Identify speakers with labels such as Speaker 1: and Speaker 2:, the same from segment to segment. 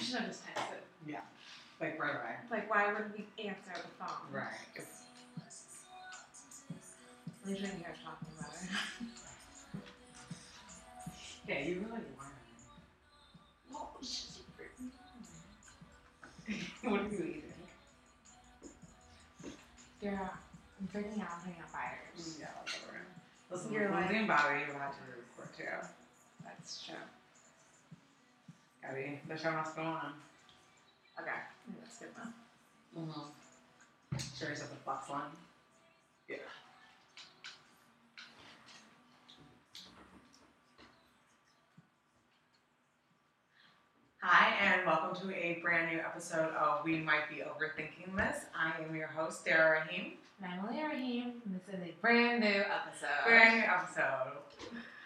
Speaker 1: should have just texted.
Speaker 2: Like right away.
Speaker 1: Like, why would we answer the phone?
Speaker 2: Right.
Speaker 1: At least we didn't hear talking about it.
Speaker 2: Yeah, you really were.
Speaker 1: Well, she's a pretty
Speaker 2: what are you eating?
Speaker 1: Yeah, I'm freaking out putting out fires.
Speaker 2: Yeah, whatever. Listen,
Speaker 1: You're
Speaker 2: You're
Speaker 1: like-
Speaker 2: losing Bobby, you have to root for too.
Speaker 1: That's true.
Speaker 2: Gotta be. The show must go on.
Speaker 1: Okay, I think that's good enough.
Speaker 2: Mm-hmm. Sure, he's at the box line. Yeah. Hi, and welcome to a brand new episode of We Might Be Overthinking This. I am your host, Sarah Rahim.
Speaker 1: And I'm Leah Raheem, and this is a brand new episode.
Speaker 2: Brand new episode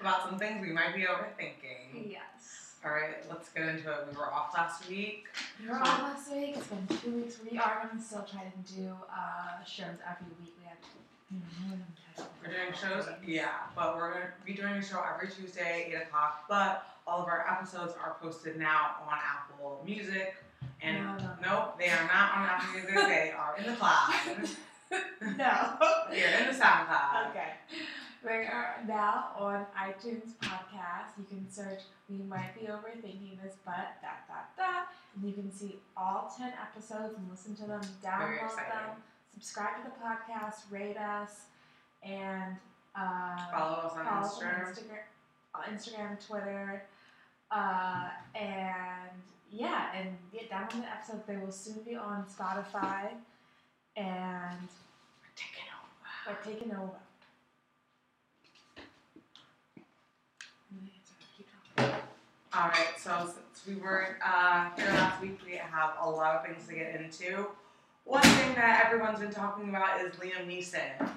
Speaker 2: about some things we might be overthinking.
Speaker 1: Yes.
Speaker 2: All right, let's get into it. We were off last week.
Speaker 1: We were off last week. It's been two weeks. We are going to still try to do uh, shows every week. We have
Speaker 2: We're doing shows, yeah, but we're gonna be doing a show every Tuesday, eight o'clock. But all of our episodes are posted now on Apple Music, and
Speaker 1: no, no,
Speaker 2: nope, they are not on Apple Music. they are in the cloud.
Speaker 1: no.
Speaker 2: They're in the SoundCloud.
Speaker 1: Okay. We are now on iTunes podcast. You can search We Might Be Overthinking This, but dot dot dot. And you can see all 10 episodes and listen to them,
Speaker 2: Very
Speaker 1: download
Speaker 2: exciting.
Speaker 1: them, subscribe to the podcast, rate us, and uh,
Speaker 2: Follow us on
Speaker 1: follow us on
Speaker 2: Instagram.
Speaker 1: Instagram, on Instagram, Twitter, uh, and yeah, and get down on the episodes. They will soon be on Spotify, and
Speaker 2: Taking over.
Speaker 1: we're taking over. Keep talking.
Speaker 2: All right, so since we weren't uh, here last week, we have a lot of things to get into. One thing that everyone's been talking about is Liam Neeson.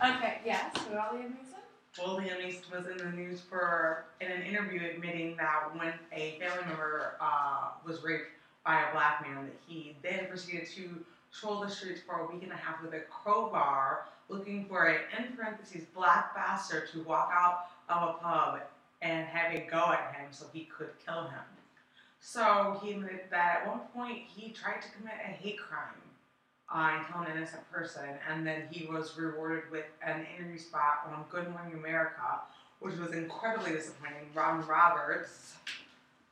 Speaker 1: Okay, yes, so all the Neeson?
Speaker 2: Well, Liam Neeson was in the news for in an interview admitting that when a family member uh, was raped by a black man, that he then proceeded to stroll the streets for a week and a half with a crowbar, looking for an in parentheses black bastard to walk out of a pub and have a go at him so he could kill him. So he admitted that at one point he tried to commit a hate crime uh, and kill an innocent person. And then he was rewarded with an interview spot on Good Morning America, which was incredibly disappointing. Robin Roberts,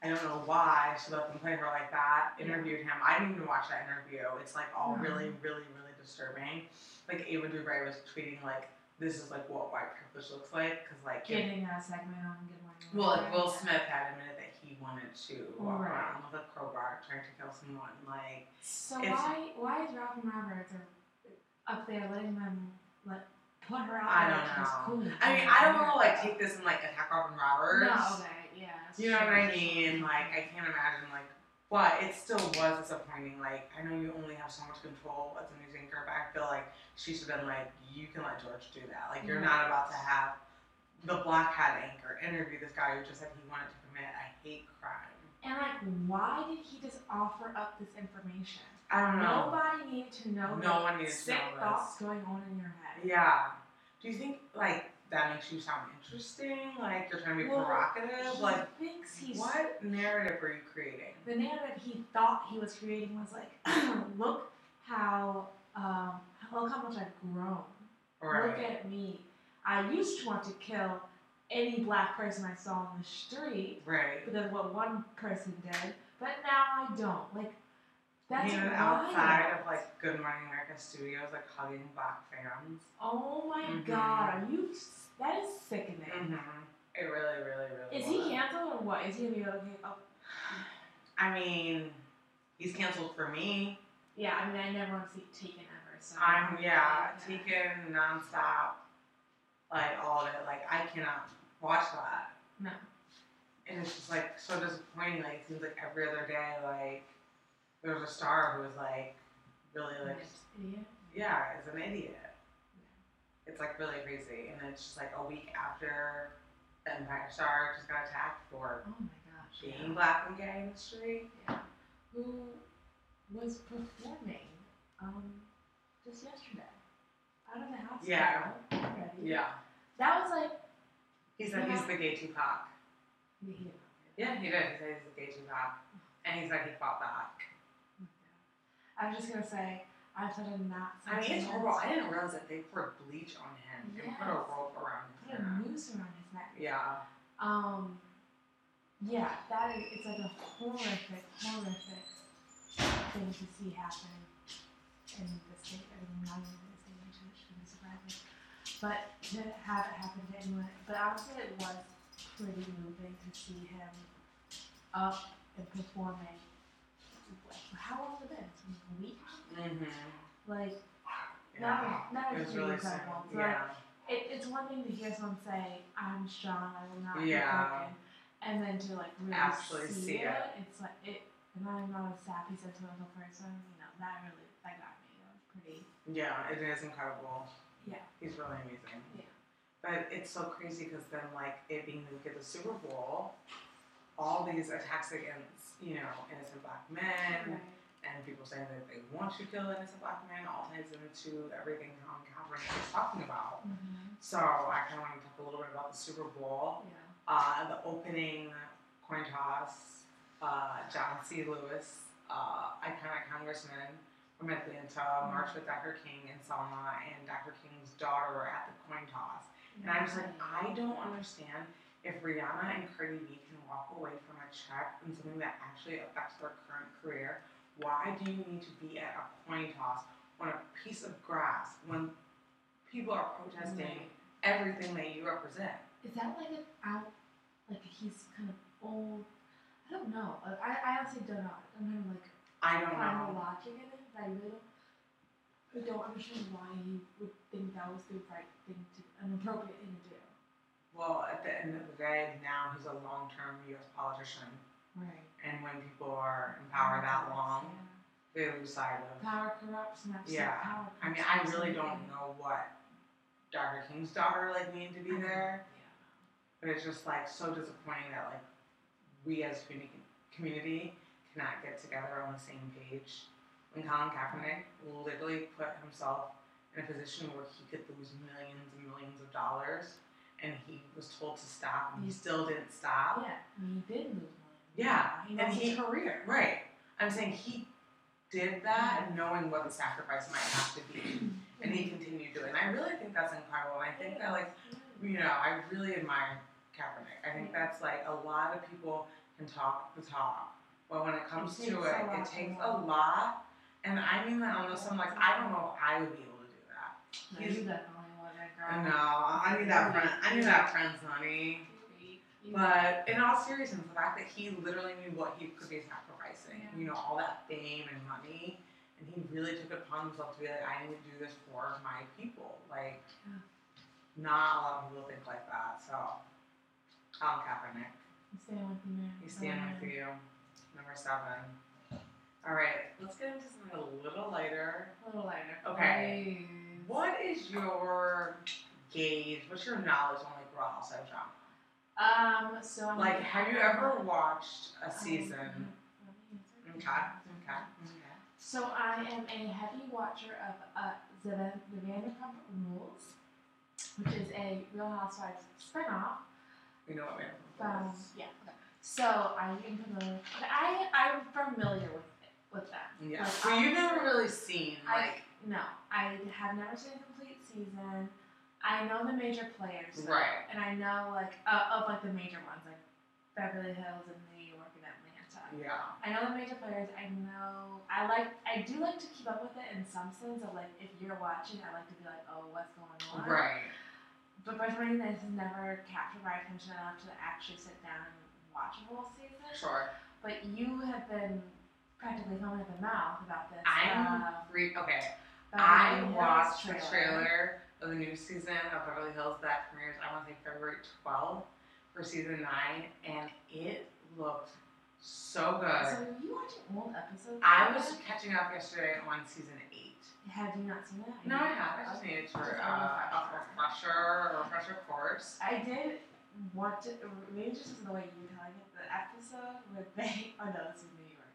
Speaker 2: I don't know why she let them play her like that, interviewed him. I didn't even watch that interview. It's like all
Speaker 1: Mhm.
Speaker 2: really, really, really disturbing. Like Ava DuVray was tweeting like, this is like what white privilege looks like, because like if-
Speaker 1: Getting that segment on Good Morning.
Speaker 2: well, like Will
Speaker 1: America.
Speaker 2: Smith had admitted that he wanted to walk
Speaker 1: Right.
Speaker 2: around with a crowbar trying to kill someone. Like,
Speaker 1: So
Speaker 2: It's-
Speaker 1: why why is Robin Roberts a- up there letting them let put her out?
Speaker 2: I
Speaker 1: there
Speaker 2: don't
Speaker 1: like she's
Speaker 2: know.
Speaker 1: Oh, cool
Speaker 2: I mean, I don't want to like
Speaker 1: America?
Speaker 2: take this and like attack Robin Roberts.
Speaker 1: No, okay, yeah.
Speaker 2: You know what I
Speaker 1: sure,
Speaker 2: mean?
Speaker 1: sure.
Speaker 2: Like, I can't imagine like, but it still was disappointing. Like, I know you only have so much control as a news anchor, but I feel like she should have been like, you can let George do that. Like,
Speaker 1: Mm-hmm.
Speaker 2: you're not about to have the black hat anchor interview this guy who just said he wanted to commit a hate crime.
Speaker 1: And like, why did he just offer up this information?
Speaker 2: I don't know.
Speaker 1: Nobody needed to know.
Speaker 2: No
Speaker 1: the
Speaker 2: one needed to
Speaker 1: sick
Speaker 2: know this.
Speaker 1: thoughts going on in your head.
Speaker 2: Yeah. Do you think like that makes you sound interesting? Like you're trying to be
Speaker 1: Well,
Speaker 2: provocative?
Speaker 1: He
Speaker 2: Like
Speaker 1: thinks he's
Speaker 2: what narrative are you creating?
Speaker 1: the narrative he thought he was creating was like, look how um, look how much I've grown. Look
Speaker 2: Right.
Speaker 1: at me. I used to want to kill any black person I saw on the street
Speaker 2: Right.
Speaker 1: because of what one person did, but now I don't. Like that's
Speaker 2: Even
Speaker 1: wild.
Speaker 2: outside of like Good Morning America studios, like hugging black fans.
Speaker 1: Oh my
Speaker 2: Mhm.
Speaker 1: god, are you? s- That is sickening.
Speaker 2: hmm It really, really, really.
Speaker 1: Mm-hmm. Is he
Speaker 2: was.
Speaker 1: canceled or what? Is he gonna be okay? Oh,
Speaker 2: I mean, he's canceled for me.
Speaker 1: yeah, I mean, I never want to see Taken ever. So
Speaker 2: I'm yeah,
Speaker 1: Oh, yeah.
Speaker 2: Taken nonstop, like all of it. Like I cannot watch that.
Speaker 1: No.
Speaker 2: And it's just like so disappointing. Like it seems like every other day, like there was a star who was like really like
Speaker 1: Yeah.
Speaker 2: yeah, is an idiot. It's like really crazy, and it's just like a week after the Empire Star just got attacked for
Speaker 1: Oh my gosh.
Speaker 2: being
Speaker 1: Yeah.
Speaker 2: black and gay in the street.
Speaker 1: Yeah. Who was performing um, just yesterday out of the house?
Speaker 2: Yeah.
Speaker 1: Already.
Speaker 2: Yeah.
Speaker 1: That was like.
Speaker 2: He said he's the gay Tupac.
Speaker 1: Yeah.
Speaker 2: Yeah, he did. He said he's engaged in that. And he's like, he fought that.
Speaker 1: I'm just gonna say, I've said a not.
Speaker 2: I mean, it's
Speaker 1: sentence.
Speaker 2: horrible. I didn't realize that they poured bleach on him and put a
Speaker 1: Yes.
Speaker 2: rope around
Speaker 1: Put
Speaker 2: his
Speaker 1: a
Speaker 2: neck.
Speaker 1: noose around his neck.
Speaker 2: Yeah.
Speaker 1: Um, yeah, that is, it's like a horrific, horrific thing to see happen in the state. I mean, not even in the state, which shouldn't be surprising. But to have it happen to anyone, but honestly, it was pretty moving to see him up and performing. How long was it? A week?
Speaker 2: Mm-hmm.
Speaker 1: Like,
Speaker 2: Yeah.
Speaker 1: not, not
Speaker 2: It was
Speaker 1: actually
Speaker 2: really sad.
Speaker 1: incredible. It's like,
Speaker 2: Yeah.
Speaker 1: it, it's one thing to hear someone say, "I'm strong, I will not
Speaker 2: Yeah.
Speaker 1: be broken," and then to like really
Speaker 2: Actually see it.
Speaker 1: It's like it, and I'm not a sappy, sentimental person. You know that really that got me. That was pretty.
Speaker 2: Yeah, it is incredible.
Speaker 1: Yeah.
Speaker 2: He's really amazing.
Speaker 1: Yeah.
Speaker 2: But it's so crazy because then, like, it being the week of the Super Bowl, all these attacks against, you know, innocent black men
Speaker 1: Right.
Speaker 2: and people saying that they want to kill innocent black men all ties into everything Colin Kaepernick is talking about.
Speaker 1: Mhm.
Speaker 2: So I kind of want to talk a little bit about the Super Bowl.
Speaker 1: Yeah.
Speaker 2: Uh, the opening coin toss, uh, John C. Lewis, uh, iconic congressman from Atlanta, marched with Dr. King and Selma and Dr. King's daughter at the coin toss. And I was like, I don't understand if Rihanna and Cardi B can walk away from a check and something that actually affects their current career, why do you need to be at a coin toss on a piece of grass when people are protesting
Speaker 1: Right.
Speaker 2: everything that you represent?
Speaker 1: Is that like an out? Like he's kind of old. I don't know. Like, I I honestly don't know. I'm kind of like
Speaker 2: I don't
Speaker 1: find the
Speaker 2: know.
Speaker 1: logic in it, but I really don't. I don't understand why he would think that was the right thing to, an appropriate thing to do.
Speaker 2: Well, at the end of the day, now he's a long term US politician.
Speaker 1: Right.
Speaker 2: And when people are in power that long, they lose sight of
Speaker 1: Power corrupts, and that's
Speaker 2: Yeah.
Speaker 1: power
Speaker 2: I mean,
Speaker 1: corrupts
Speaker 2: I
Speaker 1: and
Speaker 2: really don't
Speaker 1: everything.
Speaker 2: know what Dr. King's daughter like needed to be there,
Speaker 1: Uh-huh. Yeah.
Speaker 2: but it's just like so disappointing that like we as community community cannot get together on the same page. When Colin Kaepernick literally put himself in a position where he could lose millions and millions of dollars, and he was told to stop, and he still didn't stop.
Speaker 1: Mm-hmm. Yeah, I
Speaker 2: Yeah,
Speaker 1: mean, he did lose money. He
Speaker 2: and
Speaker 1: lost
Speaker 2: he-
Speaker 1: his career.
Speaker 2: Right. I'm saying he did that knowing what the sacrifice might have to be. And he continued doing it. And I really think that's incredible. And I think that like you know, I really admire Kaepernick. I think that's like a lot of people can talk the talk. But when it comes
Speaker 1: takes
Speaker 2: to
Speaker 1: a
Speaker 2: it,
Speaker 1: lot
Speaker 2: it
Speaker 1: to
Speaker 2: takes a
Speaker 1: know.
Speaker 2: lot. And I mean that almost I'm like, I don't know if I would be able to do that.
Speaker 1: No,
Speaker 2: he's-
Speaker 1: you definitely wasn't, girl.
Speaker 2: I know. I need that friend I need that friend's honey.
Speaker 1: You- you-
Speaker 2: But in all seriousness, the fact that he literally knew what he could be sacrificing,
Speaker 1: Yeah.
Speaker 2: you know, all that fame and money, and he really took it upon himself to be like, I need to do this for my people. Like,
Speaker 1: Yeah.
Speaker 2: not a lot of people think like that. So, Colin Kaepernick,
Speaker 1: I'm staying with you, man.
Speaker 2: he's standing with you. Number seven. All right, let's get into something a little lighter.
Speaker 1: A little later.
Speaker 2: Okay.
Speaker 1: Please.
Speaker 2: What is your gauge? What's your knowledge on like Raw Housewives genre?
Speaker 1: Um, so I'm
Speaker 2: Like, have you ever watched a season?
Speaker 1: Um, let me
Speaker 2: Okay.
Speaker 1: answer.
Speaker 2: Okay. Okay.
Speaker 1: So I am a heavy watcher of uh, the, Van- the Vanderpump Rules, which is a Real Housewives spinoff.
Speaker 2: We know what
Speaker 1: Um,
Speaker 2: Vanderpump is.
Speaker 1: yeah. Okay. So I am familiar. okay, I I'm familiar with it, with that.
Speaker 2: Yeah.
Speaker 1: Like,
Speaker 2: so
Speaker 1: I-
Speaker 2: you've never really seen
Speaker 1: I-
Speaker 2: like
Speaker 1: No, I have never seen a complete season. I know the major players, though,
Speaker 2: Right.
Speaker 1: and I know like uh, of like the major ones, like Beverly Hills and New York and Atlanta.
Speaker 2: yeah.
Speaker 1: I know the major players. I know. I like. I do like to keep up with it in some sense. Of like, if you're watching, I like to be like, oh, what's going on?
Speaker 2: Right.
Speaker 1: But for some reason, this has never captured my attention enough to actually sit down and watch a whole season.
Speaker 2: Sure.
Speaker 1: But you have been practically foaming at the mouth about this.
Speaker 2: I'm
Speaker 1: uh,
Speaker 2: Re- okay.
Speaker 1: Beverly
Speaker 2: I
Speaker 1: Hills
Speaker 2: watched the trailer of the new season of Beverly Hills that premieres I want to say February 12th for season nine, and it looked so
Speaker 1: So
Speaker 2: good.
Speaker 1: were you watching old episodes?
Speaker 2: I
Speaker 1: of
Speaker 2: was
Speaker 1: that?
Speaker 2: catching up yesterday on season eight.
Speaker 1: Have you not seen it?
Speaker 2: No, I have. I just needed to uh, a refresher, a refresher course.
Speaker 1: I did want to, maybe just because of the way you were telling it, the episode where they, oh no, this was New York,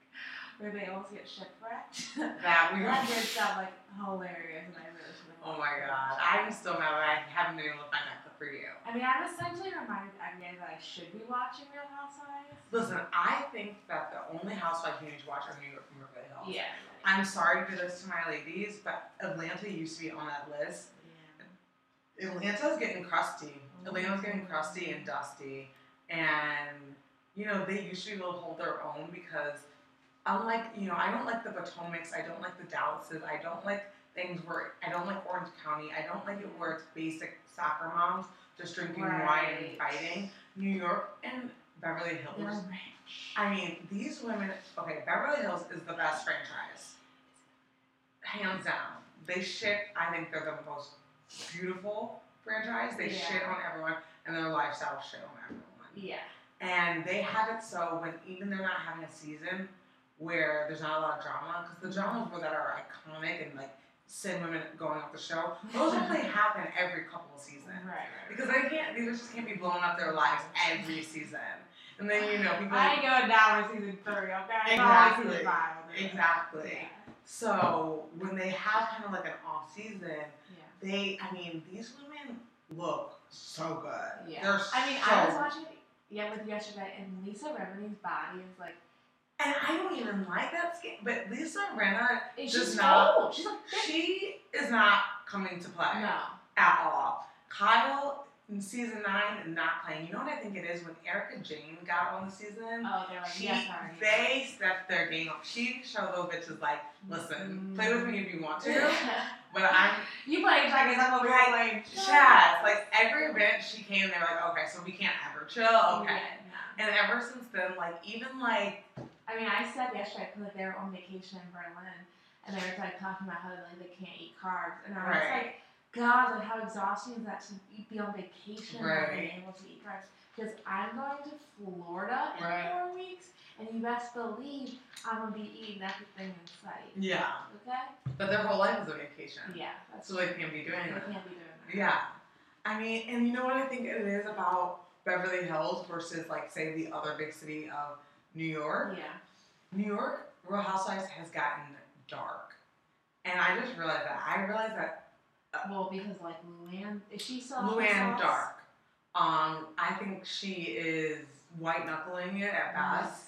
Speaker 1: where they almost get shipwrecked.
Speaker 2: That we
Speaker 1: that did sound like hilarious, and I really should have.
Speaker 2: Oh my god. I'm still mad that I haven't been able to find that clip for you.
Speaker 1: I mean, I'm essentially reminded again that I should be watching Real Housewives.
Speaker 2: Listen, I think that the only housewife you need to watch are New York from Beverly Hills.
Speaker 1: Yeah.
Speaker 2: I'm sorry for this to my ladies, but Atlanta used to be on that list.
Speaker 1: yeah.
Speaker 2: Atlanta's getting crusty. Atlanta's getting crusty and dusty. And, you know, they usually will hold their own because unlike, you know, I don't like the Potomacs, I don't like the Dallases, I don't like things where, I don't like Orange County, I don't like it where it's basic soccer moms just drinking wine and
Speaker 1: Right.
Speaker 2: fighting. New York and Beverly Hills.
Speaker 1: They're rich.
Speaker 2: I mean, these women, okay, Beverly Hills is the best franchise. Hands down. They shit, I think they're the most beautiful franchise. They shit
Speaker 1: Yeah.
Speaker 2: on everyone and their lifestyle shit on everyone.
Speaker 1: Yeah.
Speaker 2: And they have it so when even they're not having a season where there's not a lot of drama, because the dramas where that are iconic and like sin women going off the show, those only happen every couple of seasons.
Speaker 1: Right. right.
Speaker 2: Because they can't, these just can't be blowing up their lives every season. And then, you know, people.
Speaker 1: I ain't going down with season three, okay?
Speaker 2: Exactly.
Speaker 1: Not season five, I'll do that.
Speaker 2: Exactly.
Speaker 1: Yeah.
Speaker 2: So when they have kind of like an off season,
Speaker 1: yeah.
Speaker 2: they I mean these women look so good.
Speaker 1: Yeah.
Speaker 2: They're so
Speaker 1: I mean, I was watching it yeah with yesterday, and Lisa Remini's body is like
Speaker 2: and I don't even like that skin, but Lisa Renna,
Speaker 1: it's
Speaker 2: Does
Speaker 1: just
Speaker 2: not-
Speaker 1: old. She's like fifty.
Speaker 2: she is not coming to play
Speaker 1: No.
Speaker 2: at all. Kyle in season nine not playing. You know what I think it is when Erica Jane got on the season.
Speaker 1: Oh, they're like
Speaker 2: She,
Speaker 1: yes, sorry.
Speaker 2: they stepped their game up. She showed those bitches like, listen, play with me if you want to, but I'm
Speaker 1: you play checkers. I'm over here playing
Speaker 2: Chaz, like every event she came, they were like, okay, so we can't ever chill, okay.
Speaker 1: Yeah, no.
Speaker 2: And ever since then, like even like
Speaker 1: I mean, I said yesterday because like, they were on vacation in Berlin, and they were like talking about how like they can't eat carbs, and I was
Speaker 2: Right.
Speaker 1: like, God, like how exhausting is that to be- be on vacation and not
Speaker 2: Right.
Speaker 1: being able to eat carbs? Because I'm going to Florida in
Speaker 2: Right.
Speaker 1: four weeks, and you best believe I'm gonna be eating everything in sight.
Speaker 2: yeah,
Speaker 1: Okay?
Speaker 2: but their whole life is a vacation,
Speaker 1: Yeah, that's
Speaker 2: so they can't be doing
Speaker 1: They
Speaker 2: that.
Speaker 1: can't be doing that.
Speaker 2: Yeah, I mean, and you know what I think it is about Beverly Hills versus like say the other big city of New York.
Speaker 1: Yeah.
Speaker 2: New York Real Housewives has gotten dark, and I just realized that. I realized that
Speaker 1: Well, because like Luann, is she still
Speaker 2: Luann Dark. Um, I think she is white knuckling it at best.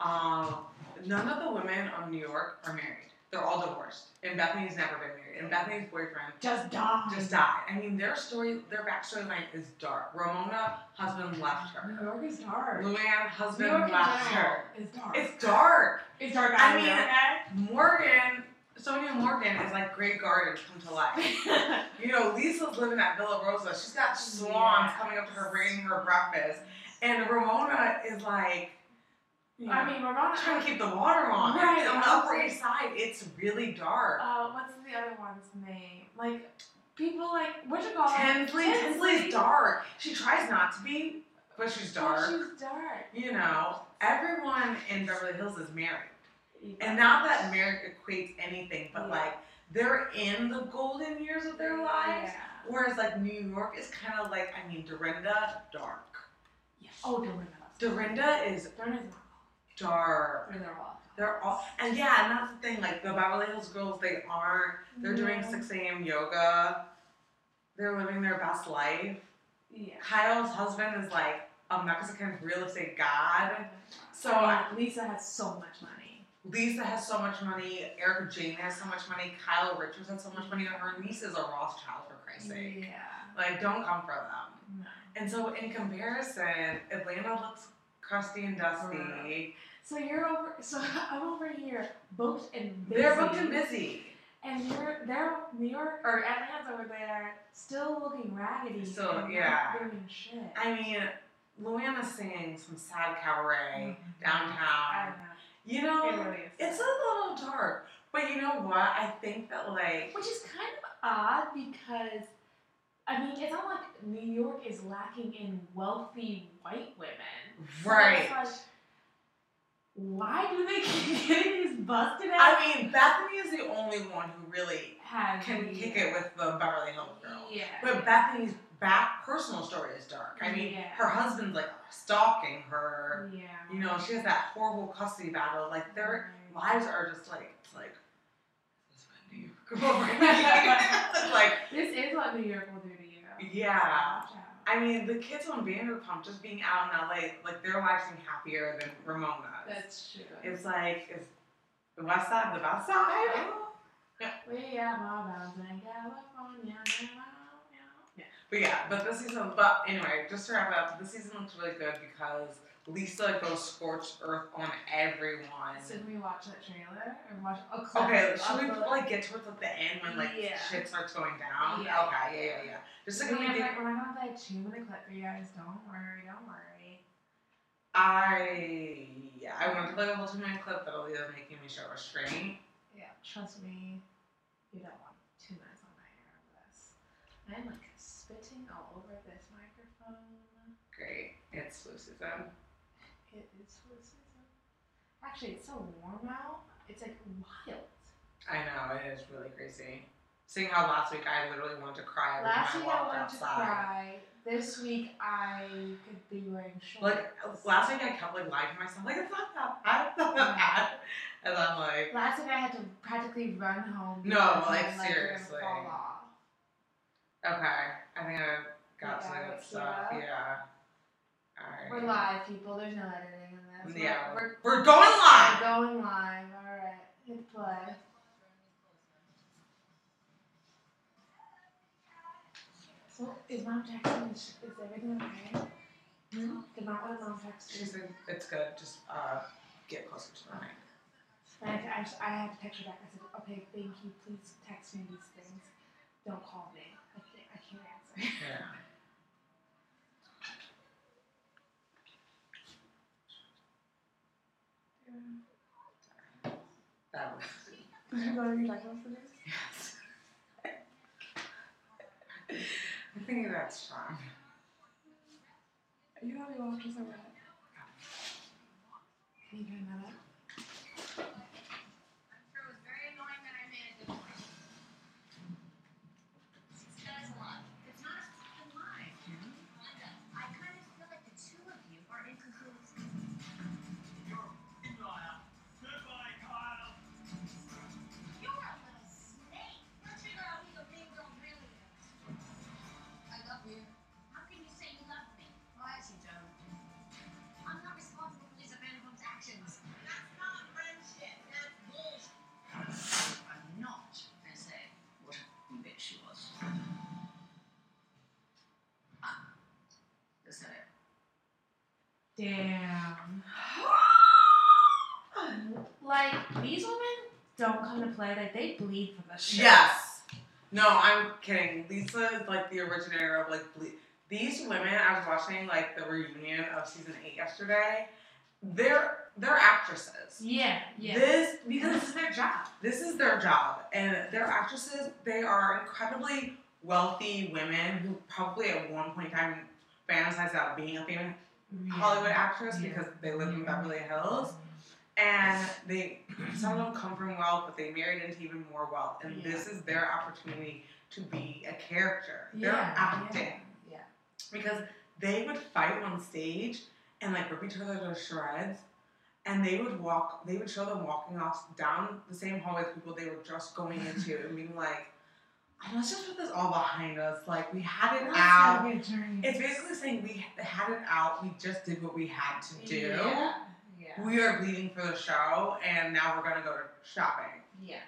Speaker 2: Um, none of the women on New York are married. They're all divorced, and Bethany's never been married. And Bethany's boyfriend
Speaker 1: Just die.
Speaker 2: just died. I mean, their story, their backstory line is dark. Ramona, husband left
Speaker 1: New
Speaker 2: her.
Speaker 1: York is dark.
Speaker 2: Luann,
Speaker 1: New
Speaker 2: husband
Speaker 1: York in
Speaker 2: left
Speaker 1: general
Speaker 2: her.
Speaker 1: is dark.
Speaker 2: It's dark.
Speaker 1: It's dark
Speaker 2: I
Speaker 1: out
Speaker 2: mean-
Speaker 1: there,
Speaker 2: Morgan, Sonia Morgan is like Great Garden come to life.
Speaker 1: okay?
Speaker 2: You know, Lisa's living at Villa Rosa. She's got swans
Speaker 1: Yeah.
Speaker 2: coming up to her bringing her breakfast. And Ramona is like, you know,
Speaker 1: I mean, Ramona.
Speaker 2: trying to keep the water on.
Speaker 1: Right.
Speaker 2: On the Upper East Side, it's really dark.
Speaker 1: Uh, what's the other one's name? Like, people like, what you call
Speaker 2: Tinsley,
Speaker 1: it?
Speaker 2: Tinsley's dark. She tries not to be, but she's dark.
Speaker 1: She's dark.
Speaker 2: you know, everyone in Beverly Hills is married. And not that marriage equates anything, but
Speaker 1: Yeah.
Speaker 2: like they're in the golden years of their lives.
Speaker 1: Yeah.
Speaker 2: Whereas like New York is kind of like I mean Dorinda dark.
Speaker 1: Yes. Oh, Dorinda.
Speaker 2: Dorinda is
Speaker 1: Dorinda's not.
Speaker 2: dark.
Speaker 1: Dorinda Roth.
Speaker 2: They're all and yeah, and that's the thing. Like the Beverly Hills girls, they aren't. They're doing
Speaker 1: No.
Speaker 2: six a.m. yoga. They're living their best life.
Speaker 1: Yeah.
Speaker 2: Kyle's husband is like a Mexican real estate god. So,
Speaker 1: Oh, I mean, Lisa has so much money.
Speaker 2: Lisa has so much money. Erica Jane has so much money. Kyle Richards has so much money. And her niece is a Rothschild for Christ's sake.
Speaker 1: Yeah.
Speaker 2: Like, don't come for them.
Speaker 1: No.
Speaker 2: And so, in comparison, Atlanta looks crusty and dusty.
Speaker 1: So you're over. So I'm over here, booked and busy.
Speaker 2: They're booked and busy.
Speaker 1: And you're they're New York or Atlanta's over there, still looking raggedy.
Speaker 2: Still,
Speaker 1: and not
Speaker 2: yeah.
Speaker 1: Doing shit.
Speaker 2: I mean, Luana's singing some sad cabaret
Speaker 1: Mhm. I
Speaker 2: downtown.
Speaker 1: know.
Speaker 2: You know,
Speaker 1: It really is.
Speaker 2: it's a little dark. But you know what? I think that, like,
Speaker 1: Which is kind of odd because, I mean, it's not like New York is lacking in wealthy white women. So It's
Speaker 2: right.
Speaker 1: like, why do they keep getting these busted out?
Speaker 2: I mean, Bethany is the only one who really
Speaker 1: Has
Speaker 2: can
Speaker 1: the-
Speaker 2: kick it with the Beverly Hills girl.
Speaker 1: Yeah.
Speaker 2: But Bethany's back personal story is dark. I mean,
Speaker 1: Yeah.
Speaker 2: her husband's like stalking her.
Speaker 1: Yeah.
Speaker 2: You know, she has that horrible custody battle. Like, they're lives are just like it's like this is what New York will bring me. like
Speaker 1: This is what New York will do to you.
Speaker 2: yeah.
Speaker 1: Watch out.
Speaker 2: I mean, the kids on Vanderpump just being out in LA, like their lives seem happier than Ramona's.
Speaker 1: That's true.
Speaker 2: It's like is the West Side the West Side.
Speaker 1: we are models in California now.
Speaker 2: But yeah, but this season. But anyway, just to wrap up, this season looks really good because Lisa goes scorched earth on everyone.
Speaker 1: Should we watch that trailer or watch a clip?
Speaker 2: Okay,
Speaker 1: of
Speaker 2: should we
Speaker 1: the-
Speaker 2: like get towards like the end when like
Speaker 1: Yeah.
Speaker 2: shit starts going down?
Speaker 1: Yeah.
Speaker 2: Okay, yeah, yeah, yeah. Just so
Speaker 1: I
Speaker 2: can
Speaker 1: mean,
Speaker 2: we
Speaker 1: I'm
Speaker 2: get
Speaker 1: like, "Oh we're not gonna play a two minute clip for you guys. Don't worry, don't worry.
Speaker 2: I yeah, I wanted to play a whole two minute clip that'll either making me show restraint.
Speaker 1: Yeah, trust me, you don't want two minutes on my hair of this. I'm like spitting all over this microphone.
Speaker 2: Great. It's flu season.
Speaker 1: It is flu season. Actually, it's so warm out. It's like wild.
Speaker 2: I know, it is really crazy. Seeing how last week I literally wanted to cry every
Speaker 1: Last
Speaker 2: time
Speaker 1: week
Speaker 2: I
Speaker 1: I
Speaker 2: walked
Speaker 1: wanted to
Speaker 2: outside.
Speaker 1: cry. This week I could be wearing shorts.
Speaker 2: Like last week, I kept like lying to myself, like it's not that bad, it's not that bad, and I'm like,
Speaker 1: Last week I had to practically run home.
Speaker 2: No, like,
Speaker 1: because my legs were gonna
Speaker 2: seriously.
Speaker 1: fall off.
Speaker 2: okay, I think I got
Speaker 1: Yeah,
Speaker 2: some good
Speaker 1: like,
Speaker 2: stuff.
Speaker 1: yeah.
Speaker 2: Yeah. All
Speaker 1: We're live, people. There's no editing in this.
Speaker 2: Yeah,
Speaker 1: We're,
Speaker 2: We're going
Speaker 1: we're
Speaker 2: live.
Speaker 1: going live. All right. Hit play. So, is mom texting? Is, is everything okay? uh,
Speaker 2: Hmm?
Speaker 1: Did mom, what did mom text
Speaker 2: She
Speaker 1: you?
Speaker 2: said it's good. Just uh, get closer to the mic.
Speaker 1: And I, I, I had to text her back. I said, okay, thank you. Please text me these things. Don't call me. I can't, I can't answer.
Speaker 2: Yeah. That was
Speaker 1: you go to your doctor for this?
Speaker 2: yes. I think that's fine.
Speaker 1: You have your watches over that. Can you turn that up?
Speaker 3: I'm sure it was very annoying that I made a good point. She says a lot. It's not a fucking lie. Linda, I kind of feel like the two of you are in cahoots.
Speaker 4: Goodbye, Kyle.
Speaker 3: You're a little snake. Let's figure out who the big girl really is. I love you. How can you say you love me? Well, I actually don't. I'm not responsible for Lisa Vanderpump's actions. That's not friendship. That's bullshit. I'm not, I say. What a bitch she was. Ah, is that it?
Speaker 1: Damn. like these women don't come to play. Like they bleed for this shit.
Speaker 2: Yes. No, I'm kidding. Lisa is like the originator of like ble- these women. I was watching like the reunion of season eight yesterday. They're they're actresses.
Speaker 1: Yeah. Yeah.
Speaker 2: This because this is their job. This is their job, and they're actresses. They are incredibly wealthy women who probably at one point in time fantasized about being a famous
Speaker 1: Yeah.
Speaker 2: Hollywood actress
Speaker 1: Yeah.
Speaker 2: because they live in
Speaker 1: Yeah.
Speaker 2: Beverly Hills and they some of them come from wealth, but they married into even more wealth, and this is their opportunity to be a character. They're
Speaker 1: yeah,
Speaker 2: acting
Speaker 1: Yeah.
Speaker 2: because they would fight on stage and like rip each other to shreds, and they would walk. They would show them walking off down the same hallway as people they were just going into, and being like, "Oh, "Let's just put this all behind us. Like we had it
Speaker 1: That's
Speaker 2: out."
Speaker 1: not good journey.
Speaker 2: It's basically saying we had it out. We just did what we had to do.
Speaker 1: Yeah. Yeah.
Speaker 2: We are bleeding for the show, and now we're gonna go to shopping.
Speaker 1: Yeah.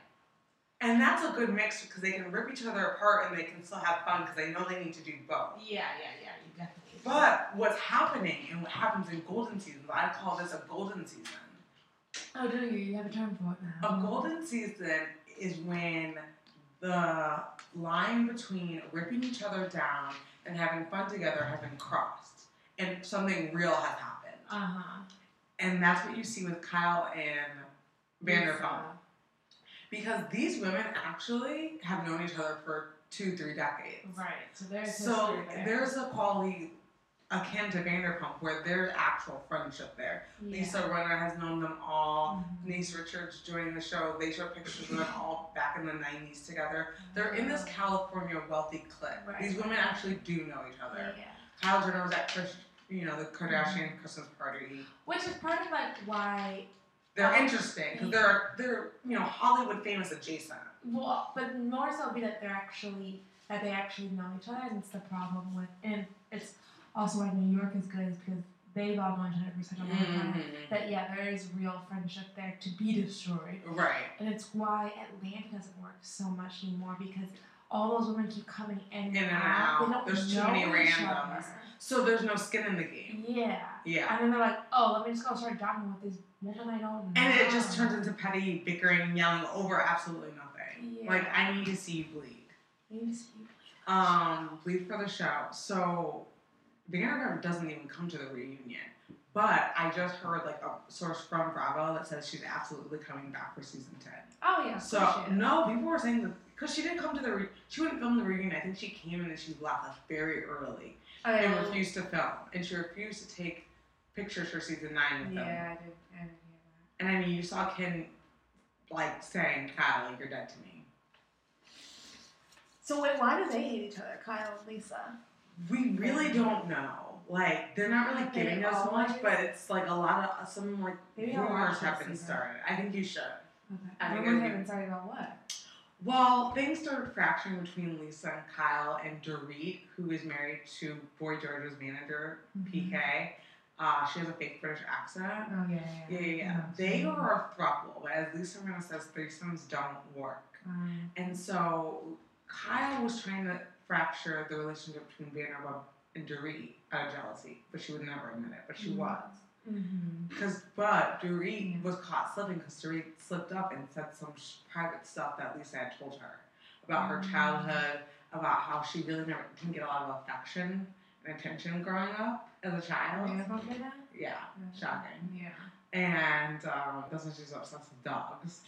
Speaker 2: And that's a good mix because they can rip each other apart and they can still have fun because they know they need to do both.
Speaker 1: Yeah. Yeah. Yeah. You definitely.
Speaker 2: But what's happening and what happens in golden season, I call this a golden season.
Speaker 1: oh, do you? You have a term for it now.
Speaker 2: A golden season is when the line between ripping each other down and having fun together has been crossed, and something real has happened.
Speaker 1: Uh huh.
Speaker 2: And that's what you see with Kyle and Vanderpump. because these women actually have known each other for two, three decades.
Speaker 1: Right. So there's
Speaker 2: So
Speaker 1: history there.
Speaker 2: there's a quality akin to Vanderpump where there's actual friendship there.
Speaker 1: yeah.
Speaker 2: Lisa Runner has known them all.
Speaker 1: Mhm.
Speaker 2: Denise Richards joining the show. They show pictures of them all back in the 90s together. They're in this California wealthy clique.
Speaker 1: Right.
Speaker 2: These women actually do know each other.
Speaker 1: Yeah.
Speaker 2: Kyle Jenner was at Chris, you know, the Kardashian Christmas party.
Speaker 1: Which is part of like why
Speaker 2: They're
Speaker 5: Um,
Speaker 2: interesting because they're they're you know Hollywood famous adjacent.
Speaker 5: Well, but more so be that they're actually that they actually know each other, and it's the problem with, and it's also why New York is good is because they've all known each other for such a long
Speaker 2: Mm-hmm.
Speaker 5: time. That yeah, there is real friendship there to be destroyed,
Speaker 2: Right.
Speaker 5: and it's why Atlanta doesn't work so much anymore because all those women keep coming in,
Speaker 2: In and
Speaker 5: They
Speaker 2: out.
Speaker 5: don't
Speaker 2: There's too
Speaker 5: know
Speaker 2: many
Speaker 5: each
Speaker 2: randoms.
Speaker 5: other.
Speaker 2: So there's no skin in the game.
Speaker 5: Yeah.
Speaker 2: Yeah.
Speaker 5: And then they're like, oh, let me just go start talking with these women I don't know.
Speaker 2: And it just turns into petty bickering, yelling over absolutely nothing.
Speaker 5: Yeah.
Speaker 2: Like I need to see you bleed.
Speaker 5: You just- you-
Speaker 2: Um, bleed for the show. So Banana Graham doesn't even come to the reunion. But I just heard like a source from Bravo that says she's absolutely coming back for season ten.
Speaker 5: Oh yeah. of
Speaker 2: So
Speaker 5: course you-
Speaker 2: no, people were saying that because she didn't come to the re- she wouldn't film the reunion. I think she came in and she left like, very early
Speaker 5: Okay,
Speaker 2: and
Speaker 5: well,
Speaker 2: refused to film, and she refused to take pictures for season nine with them.
Speaker 5: Yeah, I did. I did hear that.
Speaker 2: And I mean, you saw Ken like saying, "Kyle, you're dead to me."
Speaker 5: So wait, why do they hate each other, Kyle and Lisa?
Speaker 2: We really don't know. Like they're not really
Speaker 5: They
Speaker 2: giving us
Speaker 5: always-
Speaker 2: much, but it's like a lot of some like
Speaker 5: Maybe I'll
Speaker 2: rumors
Speaker 5: watch this
Speaker 2: have been
Speaker 5: season.
Speaker 2: started. I think you should.
Speaker 5: Okay.
Speaker 2: I think
Speaker 5: Rumors
Speaker 2: it'd
Speaker 5: have
Speaker 2: be-
Speaker 5: been started about what?
Speaker 2: Well, things started fracturing between Lisa and Kyle and Dorit, who is married to Boy George's manager,
Speaker 5: Mm-hmm.
Speaker 2: PK. Uh, she has a fake British accent.
Speaker 5: Oh yeah,
Speaker 2: Yeah, yeah, yeah. They are a throuple, but as Lisa Marino says, threesomes don't work.
Speaker 5: Um,
Speaker 2: And so Kyle was trying to fracture the relationship between Vanderbilt and Dorit out of jealousy, but she would never admit it, but she
Speaker 5: Mhm.
Speaker 2: was.
Speaker 5: mhm.
Speaker 2: Because, but Dorit
Speaker 5: Yeah.
Speaker 2: was caught slipping because Dorit slipped up and said some sh- private stuff that Lisa had told her about her
Speaker 5: Mm.
Speaker 2: childhood, about how she really never didn't get a lot of affection and attention growing up as a
Speaker 5: Are
Speaker 2: child.
Speaker 5: we gonna go through that?
Speaker 2: Yeah, shocking.
Speaker 5: Yeah.
Speaker 2: And um, that's when she's obsessed with dogs.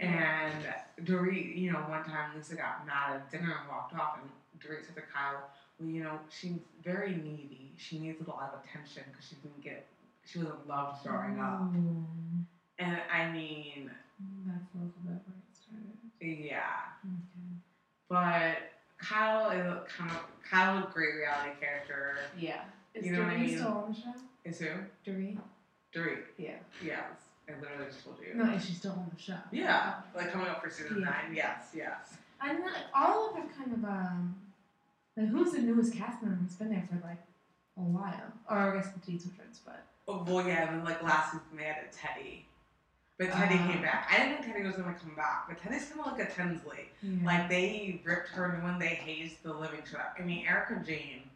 Speaker 2: And Dorit, you know, one time Lisa got mad at dinner and walked off, and Dorit said to Kyle, "Well, you know, she's very needy. She needs a lot of attention because she didn't get, she wasn't loved growing up."
Speaker 5: Oh,
Speaker 2: And I mean,
Speaker 5: That's a little bit where it started.
Speaker 2: yeah.
Speaker 5: Okay.
Speaker 2: But Kyle is a kind of Kyle, is a great reality character.
Speaker 5: Yeah. Is
Speaker 2: You know what I
Speaker 5: Doreen
Speaker 2: mean?
Speaker 5: still on the show?
Speaker 2: Is who?
Speaker 5: Doreen?
Speaker 2: Dorit.
Speaker 5: Yeah.
Speaker 2: Yes, I literally just told you.
Speaker 5: No, is she still on the show?
Speaker 2: Yeah,
Speaker 5: Okay.
Speaker 2: like coming up for season
Speaker 5: Yeah.
Speaker 2: nine. Yes, yes.
Speaker 5: I don't know, like, all of them kind of, um, like, who's the newest cast member who's been there for, like, a while? Or I guess the Deeds Richards, but.
Speaker 2: Oh, well, yeah, and then like last season they added Teddy. But Teddy
Speaker 5: Ah.
Speaker 2: came back. I didn't think Teddy was gonna come back, but Teddy's kind of like a Tinsley.
Speaker 5: Yeah.
Speaker 2: Like they ripped her new one, they hazed the living shit up. I mean, Erica Jane.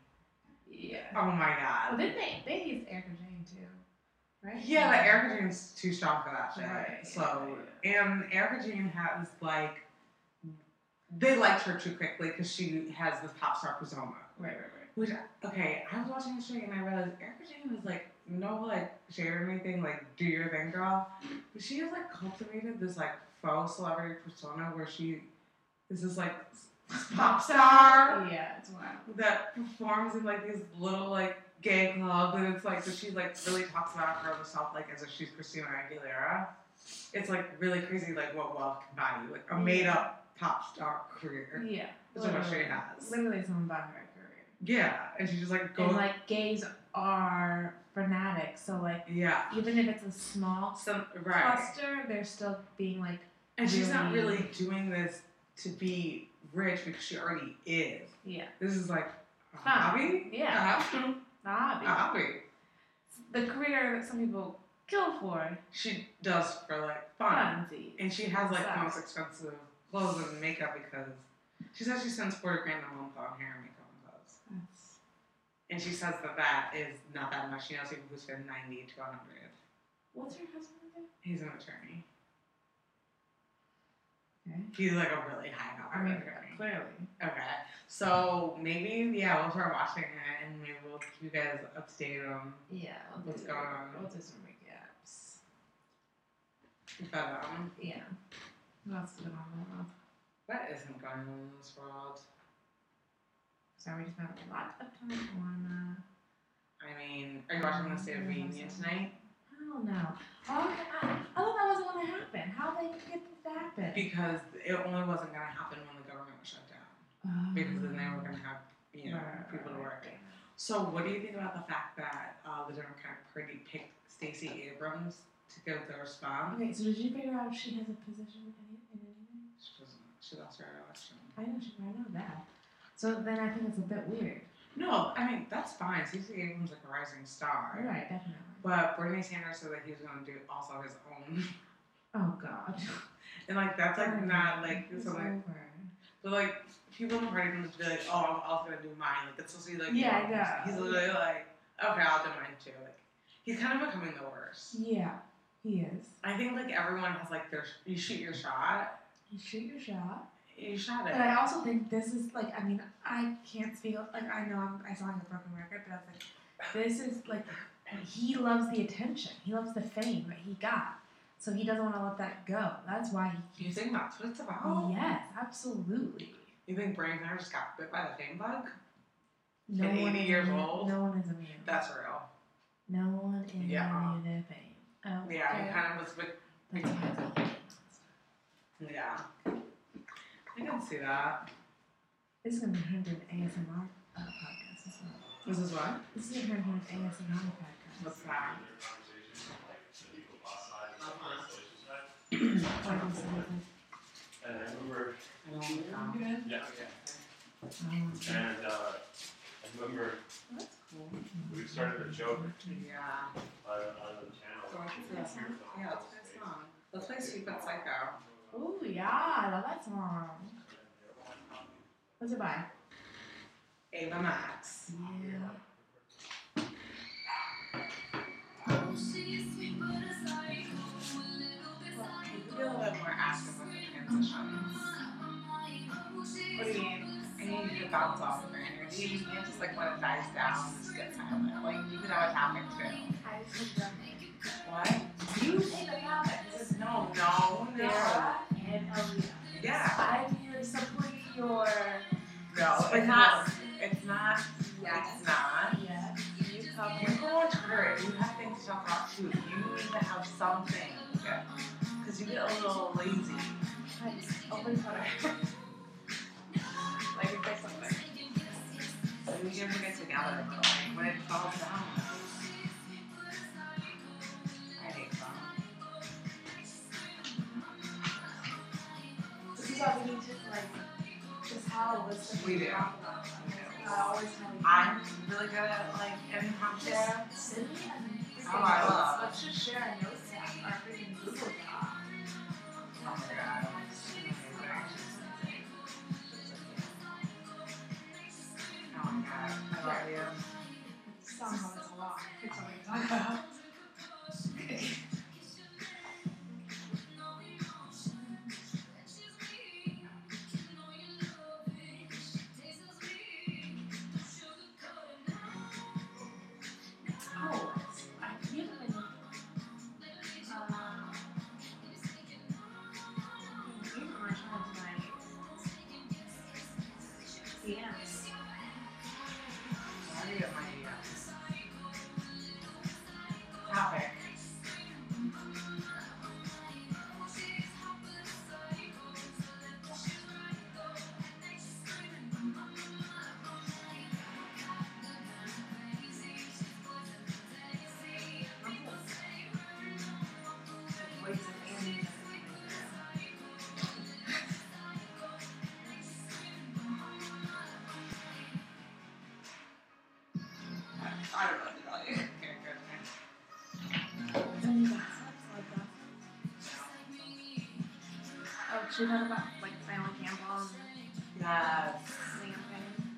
Speaker 5: Yeah.
Speaker 2: Oh my
Speaker 5: Well,
Speaker 2: god.
Speaker 5: didn't they? They used Erica Jane too, right?
Speaker 2: Yeah, but Erica Jane's too strong for that shit.
Speaker 5: Right,
Speaker 2: So, and Erica Jane has like, they liked her too quickly because she has this pop star persona.
Speaker 5: Right, right, right.
Speaker 2: Which okay, I was watching the show and I realized Erica Jane was like no like shade or anything, like do your thing, girl. But she has like cultivated this like faux celebrity persona where she is this like s- pop star
Speaker 5: Yeah, it's wild.
Speaker 2: that performs in like these little like gay clubs and it's like that she like really talks about her herself like as if she's Christina Aguilera. It's like really crazy like what wealth can buy you, like a
Speaker 5: Yeah.
Speaker 2: made up pop star career.
Speaker 5: Yeah.
Speaker 2: That's what she
Speaker 5: literally.
Speaker 2: has.
Speaker 5: Literally, someone about her career.
Speaker 2: Yeah, and she just like goes
Speaker 5: And like gays are fanatics, so like
Speaker 2: yeah.
Speaker 5: even if it's a small
Speaker 2: Some right.
Speaker 5: cluster, they're still being like,
Speaker 2: and she's not
Speaker 5: really-
Speaker 2: really doing this to be rich because she already is.
Speaker 5: yeah,
Speaker 2: This is like a
Speaker 5: Huh.
Speaker 2: hobby. Oh.
Speaker 5: yeah,
Speaker 2: A hobby.
Speaker 5: hobby.
Speaker 2: A hobby.
Speaker 5: The career that some people kill for,
Speaker 2: She does for like fun,
Speaker 5: fancy.
Speaker 2: and she has like the
Speaker 5: Sex.
Speaker 2: most expensive clothes and makeup because she says she spends forty grand a month on hair and makeup and clothes.
Speaker 5: That's-
Speaker 2: And she says that that is not that much. She knows people who spend ninety to one hundred.
Speaker 5: What's her husband's name?
Speaker 2: He's an attorney.
Speaker 5: Okay.
Speaker 2: He's like a really high dollar
Speaker 5: I mean,
Speaker 2: attorney.
Speaker 5: clearly.
Speaker 2: Okay. So maybe yeah, we'll start watching it and maybe we'll keep you guys updated on
Speaker 5: Yeah. I'll
Speaker 2: What's
Speaker 5: do-
Speaker 2: going on?
Speaker 5: We'll do some recaps.
Speaker 2: but um
Speaker 5: Yeah. What else is going on?
Speaker 2: what isn't going on in this world.
Speaker 5: Sorry, we just spent a lot of time on.
Speaker 2: I mean, are you watching the State of the Union tonight?
Speaker 5: Uh, I don't know. Oh, okay, I, I thought that wasn't going to happen. How they get this to happen?
Speaker 2: Because it only wasn't gonna happen when the government was shut down.
Speaker 5: Uh,
Speaker 2: Because then they were gonna have you know people to work. So what do you think about the fact that uh, the Democratic Party picked Stacey Abrams to go to respond.
Speaker 5: Okay, so did you figure out if she has a position in any in anything?
Speaker 2: She doesn't. She lost her election.
Speaker 5: I know she. I know that. So then I think it's a bit weird.
Speaker 2: No, I mean that's fine. CC Abrams like a rising star.
Speaker 5: All right, definitely.
Speaker 2: But Bernie Sanders said that he was gonna do also his own,
Speaker 5: Oh God.
Speaker 2: and like that's like not like
Speaker 5: It's
Speaker 2: so like,
Speaker 5: over.
Speaker 2: but like people in the party can just be like, oh, I'm also gonna do mine. Like it's supposed to be like
Speaker 5: Yeah,
Speaker 2: one
Speaker 5: I know.
Speaker 2: person. He's literally like, okay, I'll do mine too. Like he's kind of becoming the worst.
Speaker 5: Yeah, he is.
Speaker 2: I think like everyone has like their you shoot your shot,
Speaker 5: You shoot your shot.
Speaker 2: you shot it.
Speaker 5: But I also think this is like I mean I can't speak like I know I'm, I sound like a broken record, but I was like, this is like he loves the attention, he loves the fame that he got, so he doesn't want to let that go. That's why
Speaker 2: Do
Speaker 5: he.
Speaker 2: you think that's what it's about?
Speaker 5: Yes, absolutely.
Speaker 2: You think Bernie Sanders got bit by the fame bug?
Speaker 5: No
Speaker 2: At 80
Speaker 5: one is
Speaker 2: years
Speaker 5: immune-
Speaker 2: old?
Speaker 5: No one is immune.
Speaker 2: That's real.
Speaker 5: no one is
Speaker 2: Yeah.
Speaker 5: immune to fame. Oh,
Speaker 2: Yeah, he kind of was with.
Speaker 5: That's what I thought.
Speaker 2: Yeah. I can see that.
Speaker 5: This is gonna be turned into an ASMR uh, podcast as well.
Speaker 2: This is what?
Speaker 5: This is gonna turn into an ASMR podcast.
Speaker 2: What's that?
Speaker 5: Like, I'm so-
Speaker 6: And I remember,
Speaker 2: I don't know.
Speaker 6: yeah,
Speaker 5: um,
Speaker 6: and uh, I remember
Speaker 2: That's cool.
Speaker 6: we started a joke
Speaker 2: Yeah.
Speaker 6: on, on the channel.
Speaker 2: So what's this? Yeah, let's play a song. Let's play Sweet But Psycho.
Speaker 5: Oh yeah, I love that song.
Speaker 6: uh,
Speaker 5: What's it by?
Speaker 2: Ava Max.
Speaker 5: Yeah.
Speaker 3: Oh, she's sweet but a psycho, a little bit
Speaker 2: Well,
Speaker 3: psycho.
Speaker 2: we feel that we're active with the transitions. What do you mean? I need you to bounce off of your energy. You can't just like when it dies down, just get silent. Like you could have a topic too.
Speaker 5: I just love it.
Speaker 2: What?
Speaker 5: You should have it.
Speaker 2: No, no, no.
Speaker 5: Sarah and Alina.
Speaker 2: Yeah.
Speaker 5: I'm here supporting your.
Speaker 2: No, it's not. It's not.
Speaker 5: Yes.
Speaker 2: It's not.
Speaker 5: Yeah.
Speaker 2: You come with so much courage. You have things to talk about too. You need to have something. Because you get a little lazy.
Speaker 5: I just open for it.
Speaker 2: Like, if there's something. You never get together. But like, when it falls down, I hate that.
Speaker 5: This is why we need to like just have a list of
Speaker 2: We
Speaker 5: people
Speaker 2: do.
Speaker 5: to talk about. I always have. a-
Speaker 2: I'm really good at, like, impromptu.
Speaker 5: Yeah. Send me a-
Speaker 2: Oh, I love.
Speaker 5: Let's just share a notes app or freaking Google Doc.
Speaker 2: Oh my god. Oh my god. I love you.
Speaker 5: Somehow it's a lot. It's something to talk about. Oh, I feel like um, you were talking my dance.
Speaker 2: Why do you get my DMs? Topic. I don't know what to tell you. Okay, good. thanks.
Speaker 5: Oh, she thought about like Simon Campbell
Speaker 2: Yes.
Speaker 5: and Sam Penn.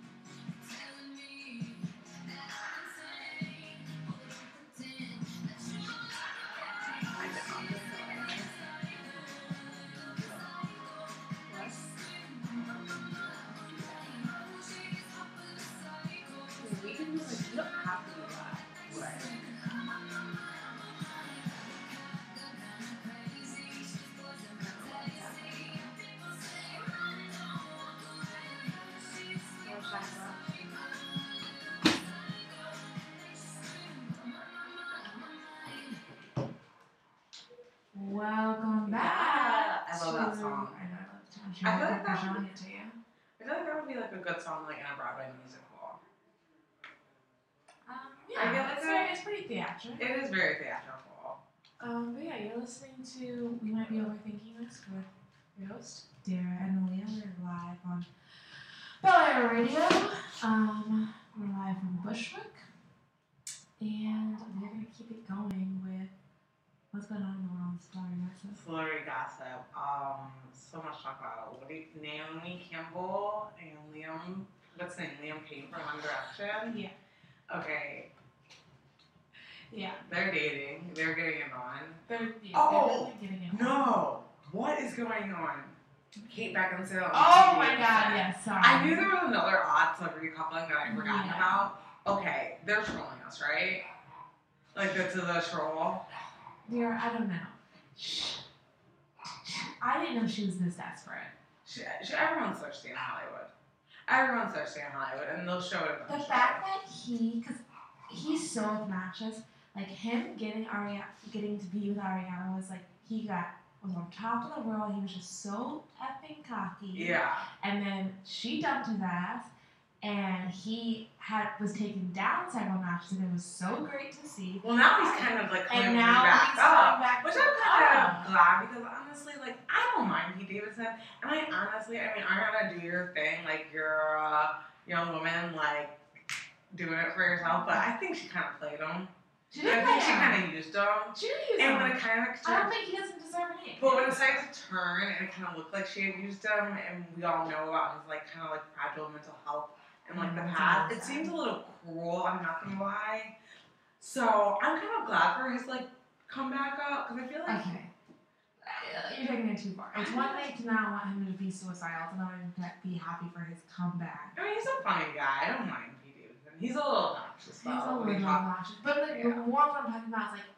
Speaker 5: I know. Yes. We can just like you don't have to do that.
Speaker 2: Right.
Speaker 5: Or should I have that? Welcome back.
Speaker 2: I love that
Speaker 5: to-
Speaker 2: song.
Speaker 5: I know. I love that song.
Speaker 2: I feel like that-
Speaker 5: Showing it to you.
Speaker 2: I feel like that would be like a good song like in a Broadway musical.
Speaker 5: Um,
Speaker 2: I feel
Speaker 5: yeah,
Speaker 2: like
Speaker 5: it's,
Speaker 2: that-
Speaker 5: very- it's pretty theatrical.
Speaker 2: It is very theatrical.
Speaker 5: Um, but yeah, you're listening to We Might Be Overthinking This with your host, Dara and Leah. We're live on Bel Air Radio. Um, we're live from Bushwick. And we're going to keep it going with what's going on in the world of celebrity gossip.
Speaker 2: Celebrity gossip. Um, so much to talk about. What do you- Naomi Campbell and Liam. What's his name? Liam Payne from One Direction.
Speaker 5: Yeah.
Speaker 2: Okay,
Speaker 5: Yeah.
Speaker 2: they're dating. They're getting it on.
Speaker 5: They're, yeah,
Speaker 2: Oh,
Speaker 5: they're really getting it.
Speaker 2: No, what is going on? Kate Beckinsale.
Speaker 5: Oh my god, yes, sorry.
Speaker 2: I knew there was another odd celebrity coupling that I forgotten
Speaker 5: Yeah.
Speaker 2: about. Okay, they're trolling us, right? Like that's the troll.
Speaker 5: Dara, I don't know. I didn't know she was this desperate.
Speaker 2: She, she, everyone's thirsty in Hollywood. Everyone's thirsty in Hollywood, and they'll show it.
Speaker 5: The fact that he, because he's so obnoxious, like him getting Ariana, getting to be with Ariana was like he got was on top of the world. He was just so effing cocky.
Speaker 2: Yeah.
Speaker 5: And then she dumped his ass, and he had was taken down several notches, and it was so great to see.
Speaker 2: Well, now he's kind of like
Speaker 5: And
Speaker 2: claiming
Speaker 5: now
Speaker 2: back
Speaker 5: he's
Speaker 2: up.
Speaker 5: coming back,
Speaker 2: Which
Speaker 5: to
Speaker 2: I'm kind
Speaker 5: up.
Speaker 2: of glad because honestly, like, I don't mind Pete Davidson. And I honestly, I mean, I gotta do your thing. Like, you're a young woman, like, doing it for yourself. But I think she kind of played him.
Speaker 5: She
Speaker 2: I
Speaker 5: didn't
Speaker 2: think she
Speaker 5: play him.
Speaker 2: kind of used him.
Speaker 5: She didn't use
Speaker 2: And when
Speaker 5: him.
Speaker 2: it kind of
Speaker 5: I don't
Speaker 2: turned,
Speaker 5: think he doesn't deserve an eight.
Speaker 2: but when it started to turn and it kind of looked like she had used him, and we all know about his, like, kind of like fragile mental health and,
Speaker 5: Mhm,
Speaker 2: like, the
Speaker 5: it's
Speaker 2: past,
Speaker 5: all sad.
Speaker 2: it seemed a little cruel. I'm not gonna lie. So I'm kind of glad for his, like, comeback up because I feel like.
Speaker 5: Okay. Uh, You're taking it too far. It's one thing to not want him to be suicidal, to not even that- be happy for his comeback.
Speaker 2: I mean, he's a funny guy. I don't mind Pete Davidson. He's a little obnoxious,
Speaker 5: He's
Speaker 2: though.
Speaker 5: a
Speaker 2: when
Speaker 5: little
Speaker 2: he talks.
Speaker 5: obnoxious. But like, the
Speaker 2: Yeah.
Speaker 5: more what I'm talking about is like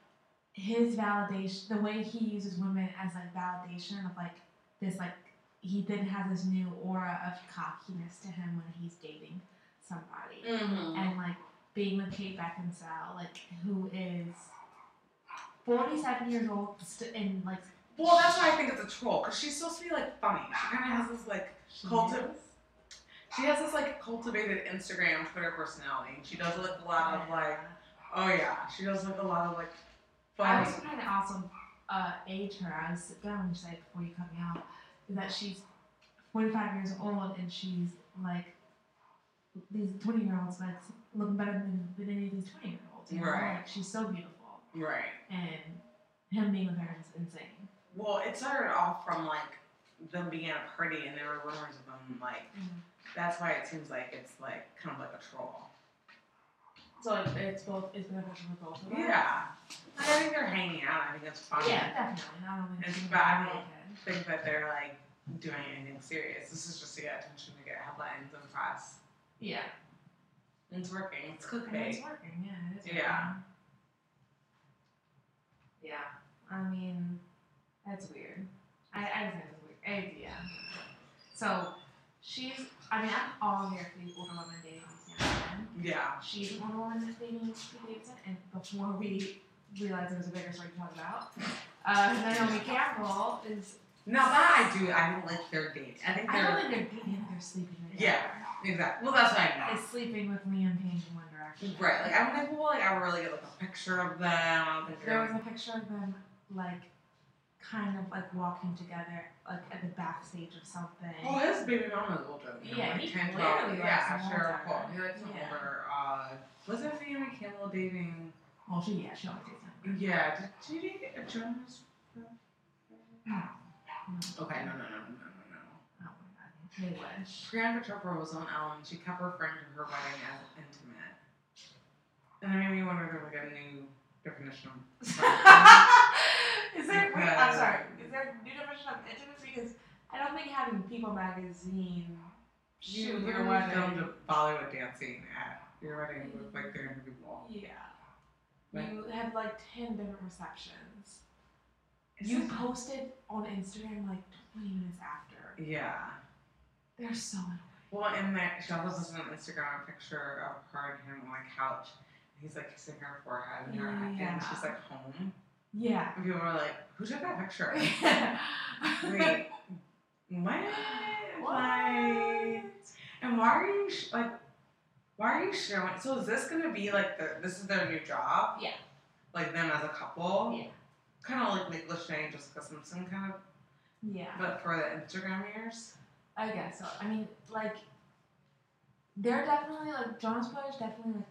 Speaker 5: his validation, the way he uses women as like validation of like this, like he then has this new aura of cockiness to him when he's dating somebody. and like being with Kate Beckinsale, like who is forty-seven years old st- and like
Speaker 2: Well, that's why I think it's a troll, because she's supposed to be like funny. She kind of has this like
Speaker 5: she
Speaker 2: Cult
Speaker 5: is-
Speaker 2: of- she has this like cultivated Instagram, Twitter personality. She does look a lot of like oh yeah, she does look a lot of like
Speaker 5: I
Speaker 2: funny.
Speaker 5: was trying to also uh, age her. I was going to say before you cut me out is that she's forty-five years old and she's like these twenty-year-olds like looking better than, than any of these twenty-year-olds. You know?
Speaker 2: Right.
Speaker 5: Like, she's so beautiful,
Speaker 2: right.
Speaker 5: and him being with her is insane.
Speaker 2: Well, it started off from like them being at a party and there were rumors of them like
Speaker 5: Mhm.
Speaker 2: that's why it seems like it's like kind of like a troll.
Speaker 5: So like, it's both it's beneficial for both of them.
Speaker 2: Yeah. Like, I think they're hanging out. I think it's fun.
Speaker 5: Yeah, definitely. I don't think
Speaker 2: It's
Speaker 5: she would
Speaker 2: bad.
Speaker 5: really good.
Speaker 2: think that they're like doing anything serious. This is just to get attention to get headlines and press.
Speaker 5: Yeah.
Speaker 2: And It's working. It's
Speaker 5: I mean, it's
Speaker 2: clickbait.
Speaker 5: working. Yeah, it is.
Speaker 2: Yeah.
Speaker 5: working. Yeah. I mean, that's weird. I, I just think it's weird. Eh, yeah. So she's. I mean, I'm all here for these older women dating these young men.
Speaker 2: Yeah.
Speaker 5: She's an older woman that's dating Pete Davidson, and before we realized there was a bigger story to talk about, uh, Naomi Campbell is.
Speaker 2: No, that I do. I don't like their date. I think
Speaker 5: I don't
Speaker 2: they're
Speaker 5: think they're dating. They're sleeping together.
Speaker 2: Yeah. exactly. Well, that's what I
Speaker 5: Is sleeping with Liam Payne from One Direction.
Speaker 2: mean. Right. Like I'm like, well, like I really get like a picture of them. I don't think
Speaker 5: There
Speaker 2: they're-
Speaker 5: was a picture of them, like, kind of like walking together, like at the backstage of something.
Speaker 2: Well, his baby mama is older. than him,
Speaker 5: Yeah,
Speaker 2: like
Speaker 5: he
Speaker 2: 10,
Speaker 5: clearly
Speaker 2: 12.
Speaker 5: likes
Speaker 2: Yeah,
Speaker 5: him
Speaker 2: sure.
Speaker 5: older.
Speaker 2: Cool. He likes him
Speaker 5: Yeah.
Speaker 2: older. Uh, was it Naomi Campbell dating?
Speaker 5: Well, she yeah, she always did something.
Speaker 2: Yeah. Did, did you date a journalist?
Speaker 5: No. No.
Speaker 2: Okay. No. No. No. No. No.
Speaker 5: Oh my
Speaker 2: No.
Speaker 5: god, they wish.
Speaker 2: Priyanka Chopra was on Ellen. She kept referring to her wedding as intimate. And it made me wonder if there was like a new definition of
Speaker 5: is there? Wait, I'm sorry. Is there a new definition of intimacy? Because I don't think having People magazine shoot your
Speaker 2: literally filmed
Speaker 5: wedding.
Speaker 2: a Bollywood dance scene at your wedding with like 300 people.
Speaker 5: Yeah.
Speaker 2: Like-
Speaker 5: You had like ten different receptions.
Speaker 2: It's
Speaker 5: you
Speaker 2: just-
Speaker 5: posted on Instagram like 20 minutes after.
Speaker 2: Yeah.
Speaker 5: They're so annoying.
Speaker 2: Well, and that she also posted on Instagram a picture of her and him on a couch. He's like kissing her forehead and her neck,
Speaker 5: Yeah.
Speaker 2: and she's like home.
Speaker 5: Yeah.
Speaker 2: And people were like, "Who took that picture?"
Speaker 5: Wait.
Speaker 2: Wait, what? Like, And why are you sh- like? Why are you showing? So is this gonna be like the? This is their new job.
Speaker 5: Yeah.
Speaker 2: Like them as a couple.
Speaker 5: Yeah.
Speaker 2: kind of like Nicholas Shane, Jessica Simpson, kind of,
Speaker 5: Yeah.
Speaker 2: but for the Instagram years.
Speaker 5: I guess so. I mean, like, they're definitely like Jonas Brothers definitely like,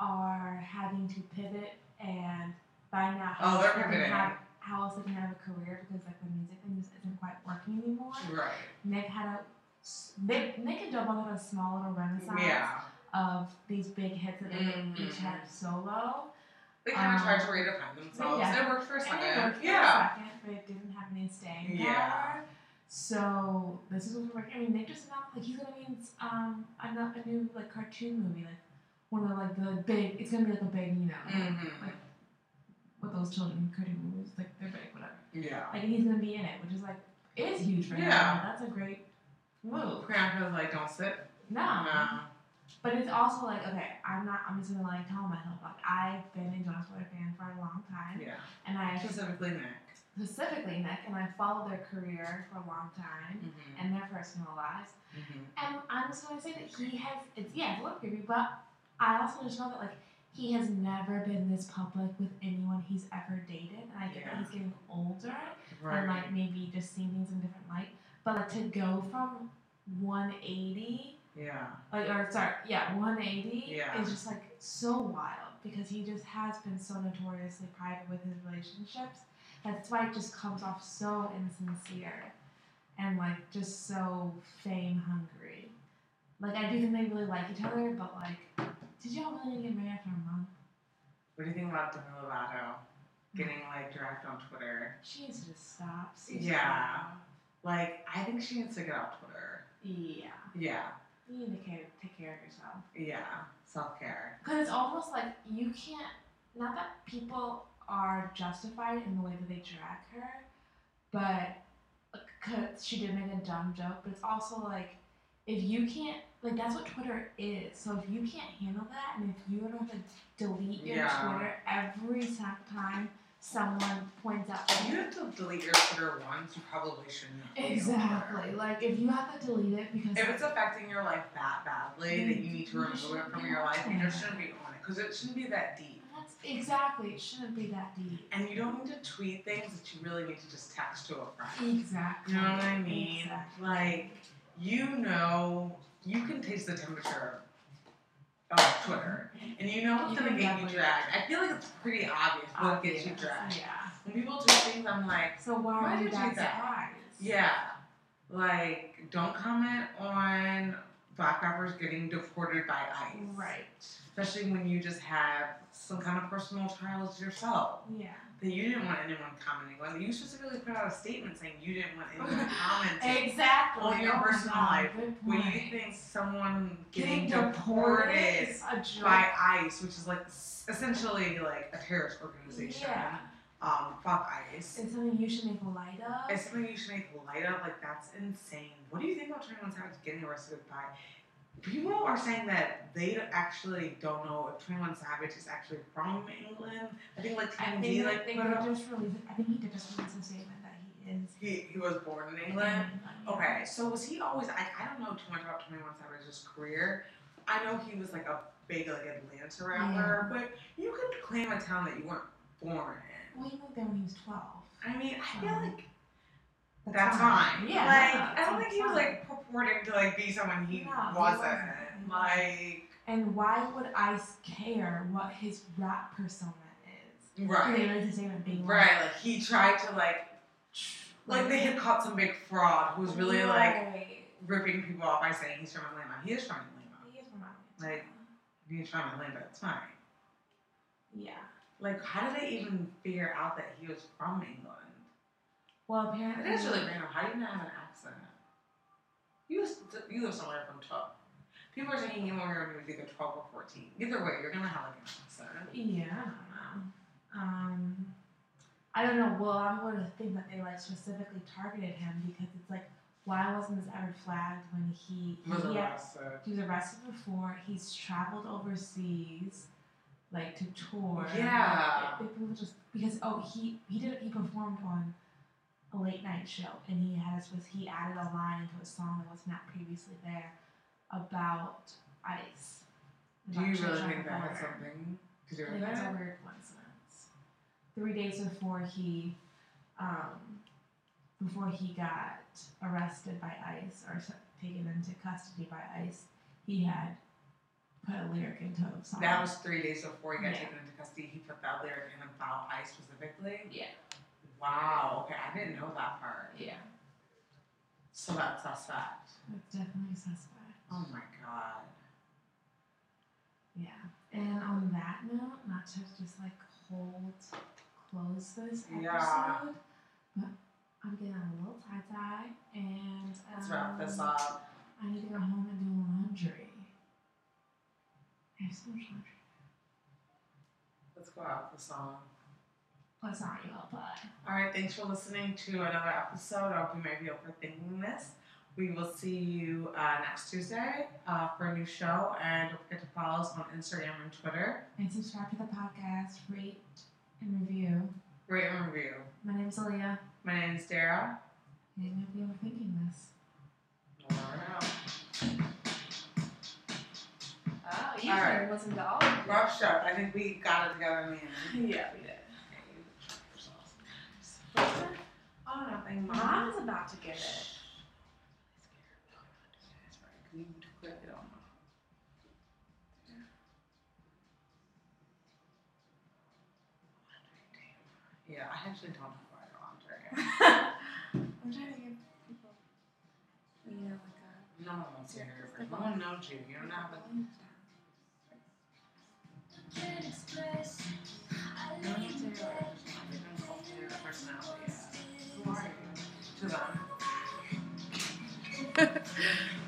Speaker 5: are having to pivot and find out how
Speaker 2: Oh, they're
Speaker 5: else they can
Speaker 2: pivoting.
Speaker 5: have how else they can have a career because like the music thing just isn't quite working anymore.
Speaker 2: Right.
Speaker 5: Nick had a s- Nick Nick and Joe both had a small little renaissance
Speaker 2: Yeah.
Speaker 5: of these big hits that they each
Speaker 2: Mhm.
Speaker 5: had solo.
Speaker 2: They kind of tried
Speaker 5: Um,
Speaker 2: to redefine themselves.
Speaker 5: yeah.
Speaker 2: They worked for a
Speaker 5: And
Speaker 2: second.
Speaker 5: it worked for a
Speaker 2: yeah.
Speaker 5: second, but it didn't have any staying power.
Speaker 2: Yeah.
Speaker 5: So this is what's working. I mean, Nick just announced like he's gonna be in um another, a new like cartoon movie, like one of like the big. It's gonna be like a big, you know,
Speaker 2: Mm-hmm.
Speaker 5: with those children cartoon movies, like they're big, whatever.
Speaker 2: Yeah.
Speaker 5: Like he's gonna be in it, which is like it is huge for him.
Speaker 2: Yeah.
Speaker 5: That's a great move.
Speaker 2: Priyanka's like, don't sit.
Speaker 5: No.
Speaker 2: No.
Speaker 5: But it's also like okay, I'm not. I'm just gonna like tell myself like I've been a Jonas Brothers fan for a long time,
Speaker 2: Yeah.
Speaker 5: and I
Speaker 2: Specifically Nick.
Speaker 5: specifically Nick, and I followed their career for a long time
Speaker 2: Mm-hmm.
Speaker 5: and their personal lives.
Speaker 2: Mm-hmm.
Speaker 5: And I'm just going to say that he has, it's, yeah, it's a little creepy, but I also just know that, like, he has never been this public with anyone he's ever dated. And I get that
Speaker 2: Yeah.
Speaker 5: he's getting older
Speaker 2: Right.
Speaker 5: and, like, maybe just seeing things in a different light. But, like, to go from 180,
Speaker 2: yeah.
Speaker 5: like, or sorry, yeah, 180
Speaker 2: Yeah.
Speaker 5: is just, like, so wild because he just has been so notoriously private with his relationships. That's why it just comes off so insincere and like just so fame hungry. Like I do think they really like each other, but like, did y'all really get married after a month?
Speaker 2: What do you think about Demi Lovato getting like dragged on Twitter?
Speaker 5: She needs to just stop. She's
Speaker 2: Yeah. Like, I think she needs to get off Twitter.
Speaker 5: Yeah.
Speaker 2: Yeah,
Speaker 5: You need to care, take care of yourself.
Speaker 2: yeah, self care.
Speaker 5: Because it's almost like you can't. Not that people are justified in the way that they drag her, but because she did make a dumb joke. But it's also like if you can't, like that's what Twitter is. So if you can't handle that, and if you don't have to delete your
Speaker 2: Yeah.
Speaker 5: Twitter every si- time someone points out.
Speaker 2: If you have to delete your Twitter once, you probably shouldn't. have to be on
Speaker 5: Exactly.
Speaker 2: Twitter.
Speaker 5: Like if you have to delete it because
Speaker 2: If it's affecting your life that badly that you need to
Speaker 5: You
Speaker 2: remove it
Speaker 5: shouldn't
Speaker 2: from
Speaker 5: be
Speaker 2: your
Speaker 5: on
Speaker 2: life, you
Speaker 5: Twitter.
Speaker 2: just shouldn't be on it because it shouldn't be that deep.
Speaker 5: that's exactly it shouldn't be that deep.
Speaker 2: And you don't need to tweet things that you really need to just text to a friend.
Speaker 5: Exactly.
Speaker 2: You know what I mean?
Speaker 5: Exactly.
Speaker 2: Like, you know, you can taste the temperature of Twitter, and you know
Speaker 5: You
Speaker 2: what's gonna
Speaker 5: can
Speaker 2: get you
Speaker 5: definitely-
Speaker 2: dragged. I feel like it's pretty obvious what gets you
Speaker 5: Obvious,
Speaker 2: dragged.
Speaker 5: Yeah.
Speaker 2: When people do things, I'm like,
Speaker 5: So why
Speaker 2: Why
Speaker 5: are you
Speaker 2: did you
Speaker 5: that
Speaker 2: do that?
Speaker 5: surprised?
Speaker 2: yeah, like don't comment on black rappers getting deported by ICE,
Speaker 5: Right.
Speaker 2: Especially when you just have some kind of personal trials yourself
Speaker 5: Yeah.
Speaker 2: that you didn't want anyone commenting on. You specifically put out a statement saying you didn't want anyone commenting.
Speaker 5: Exactly.
Speaker 2: Well, your
Speaker 5: Oh my
Speaker 2: personal
Speaker 5: God,
Speaker 2: life,
Speaker 5: good
Speaker 2: When you
Speaker 5: point.
Speaker 2: think someone
Speaker 5: Getting
Speaker 2: getting deported
Speaker 5: is a joke.
Speaker 2: by ICE, which is like s- essentially like a terrorist organization,
Speaker 5: Yeah.
Speaker 2: um, fuck ICE.
Speaker 5: It's something you should make light of.
Speaker 2: It's something you should make light of. Like that's insane. What do you think about 21 Savage getting arrested by? People are saying that they actually don't know if 21 Savage is actually from England. I think like
Speaker 5: I
Speaker 2: TMZ
Speaker 5: think
Speaker 2: like
Speaker 5: they
Speaker 2: put out-
Speaker 5: just released. I think he did just release a statement that he is.
Speaker 2: he he was born in England.
Speaker 5: Mm-hmm.
Speaker 2: Okay, so was he always? I, I don't know too much about Twenty One Savage's career. I know he was like a big like Atlanta rapper, but you could claim a town that you weren't born in.
Speaker 5: Well, he moved there when he was twelve.
Speaker 2: I mean, I feel
Speaker 5: Um,
Speaker 2: like that's fine.
Speaker 5: Yeah.
Speaker 2: like
Speaker 5: no,
Speaker 2: I don't
Speaker 5: that's
Speaker 2: think he was
Speaker 5: fine.
Speaker 2: like purporting to like be someone he
Speaker 5: No, he
Speaker 2: wasn't.
Speaker 5: wasn't.
Speaker 2: Like
Speaker 5: And why would I care what his rap persona is? They
Speaker 2: right,
Speaker 5: released a statement being like,
Speaker 2: right. Like he tried to like like they had caught some big fraud who was really like
Speaker 5: Right.
Speaker 2: ripping people off by saying he's from Atlanta. He is from Atlanta.
Speaker 5: He is from Atlanta.
Speaker 2: Like- He's from Atlanta. It's fine.
Speaker 5: yeah.
Speaker 2: Like, how did they even figure out that he was from England?
Speaker 5: Well,
Speaker 2: That
Speaker 5: apparently,
Speaker 2: is really random. How do you not have an accent? You was, you live somewhere from twelve. People are saying you were here when you was either twelve or fourteen. Either way, you're gonna have like an accent.
Speaker 5: Yeah, I don't know. Um, I don't know. Well, I'm going to think that they like specifically targeted him because it's like, why wasn't this ever flagged when he
Speaker 2: Was
Speaker 5: he, had-
Speaker 2: arrested.
Speaker 5: he was arrested before? He's traveled overseas, like to tour.
Speaker 2: Yeah.
Speaker 5: Like, people just because oh he he did he performed on a late night show and he had was he added a line into a song that was not previously there about ice.
Speaker 2: Do you
Speaker 5: about
Speaker 2: really
Speaker 5: Church on
Speaker 2: think
Speaker 5: the
Speaker 2: that had
Speaker 5: Border.
Speaker 2: something to do
Speaker 5: I
Speaker 2: with
Speaker 5: think that's a
Speaker 2: that?
Speaker 5: weird coincidence. three days before he um, before he got arrested by ICE or s- taken into custody by ICE, he had put a lyric into a song.
Speaker 2: That was three days before he got
Speaker 5: Yeah.
Speaker 2: taken into custody. He put that lyric in about ICE specifically.
Speaker 5: Yeah.
Speaker 2: Wow. Okay, I didn't know that part.
Speaker 5: yeah,
Speaker 2: So that's suspect.
Speaker 5: that's definitely suspect.
Speaker 2: Oh my god.
Speaker 5: Yeah. And on that note, not to just like hold close this episode,
Speaker 2: Yeah.
Speaker 5: but I'm getting a little tie dye and
Speaker 2: Let's
Speaker 5: um,
Speaker 2: wrap this up.
Speaker 5: I need to go home and do laundry. I have so much laundry.
Speaker 2: Let's go out with the song.
Speaker 5: Plus, not you, but
Speaker 2: All right, thanks for listening to another episode of You Might Be Overthinking This. We will see you uh, next Tuesday uh, for a new show. And don't forget to follow us on Instagram and Twitter.
Speaker 5: and subscribe to the podcast, rate and review.
Speaker 2: Rate and review.
Speaker 5: My name's Aaliyah.
Speaker 2: My name is Dara.
Speaker 5: You might be overthinking this.
Speaker 2: We'll never know.
Speaker 1: Oh, you
Speaker 2: All
Speaker 1: sure wasn't to all of them.
Speaker 2: Rough shot. I think we got it together in the end.
Speaker 1: Yeah, we did.
Speaker 2: Oh, nothing,
Speaker 1: I
Speaker 2: Mom.
Speaker 1: was about to get it.
Speaker 2: You quit it on. Yeah, I actually don't know where I don't
Speaker 1: I'm trying to give people, you know, like
Speaker 2: No one wants to hear your voice. No one knows you. You don't have a. No one wants to hear your voice. Not even called to your personality. yet. Who are you? To them.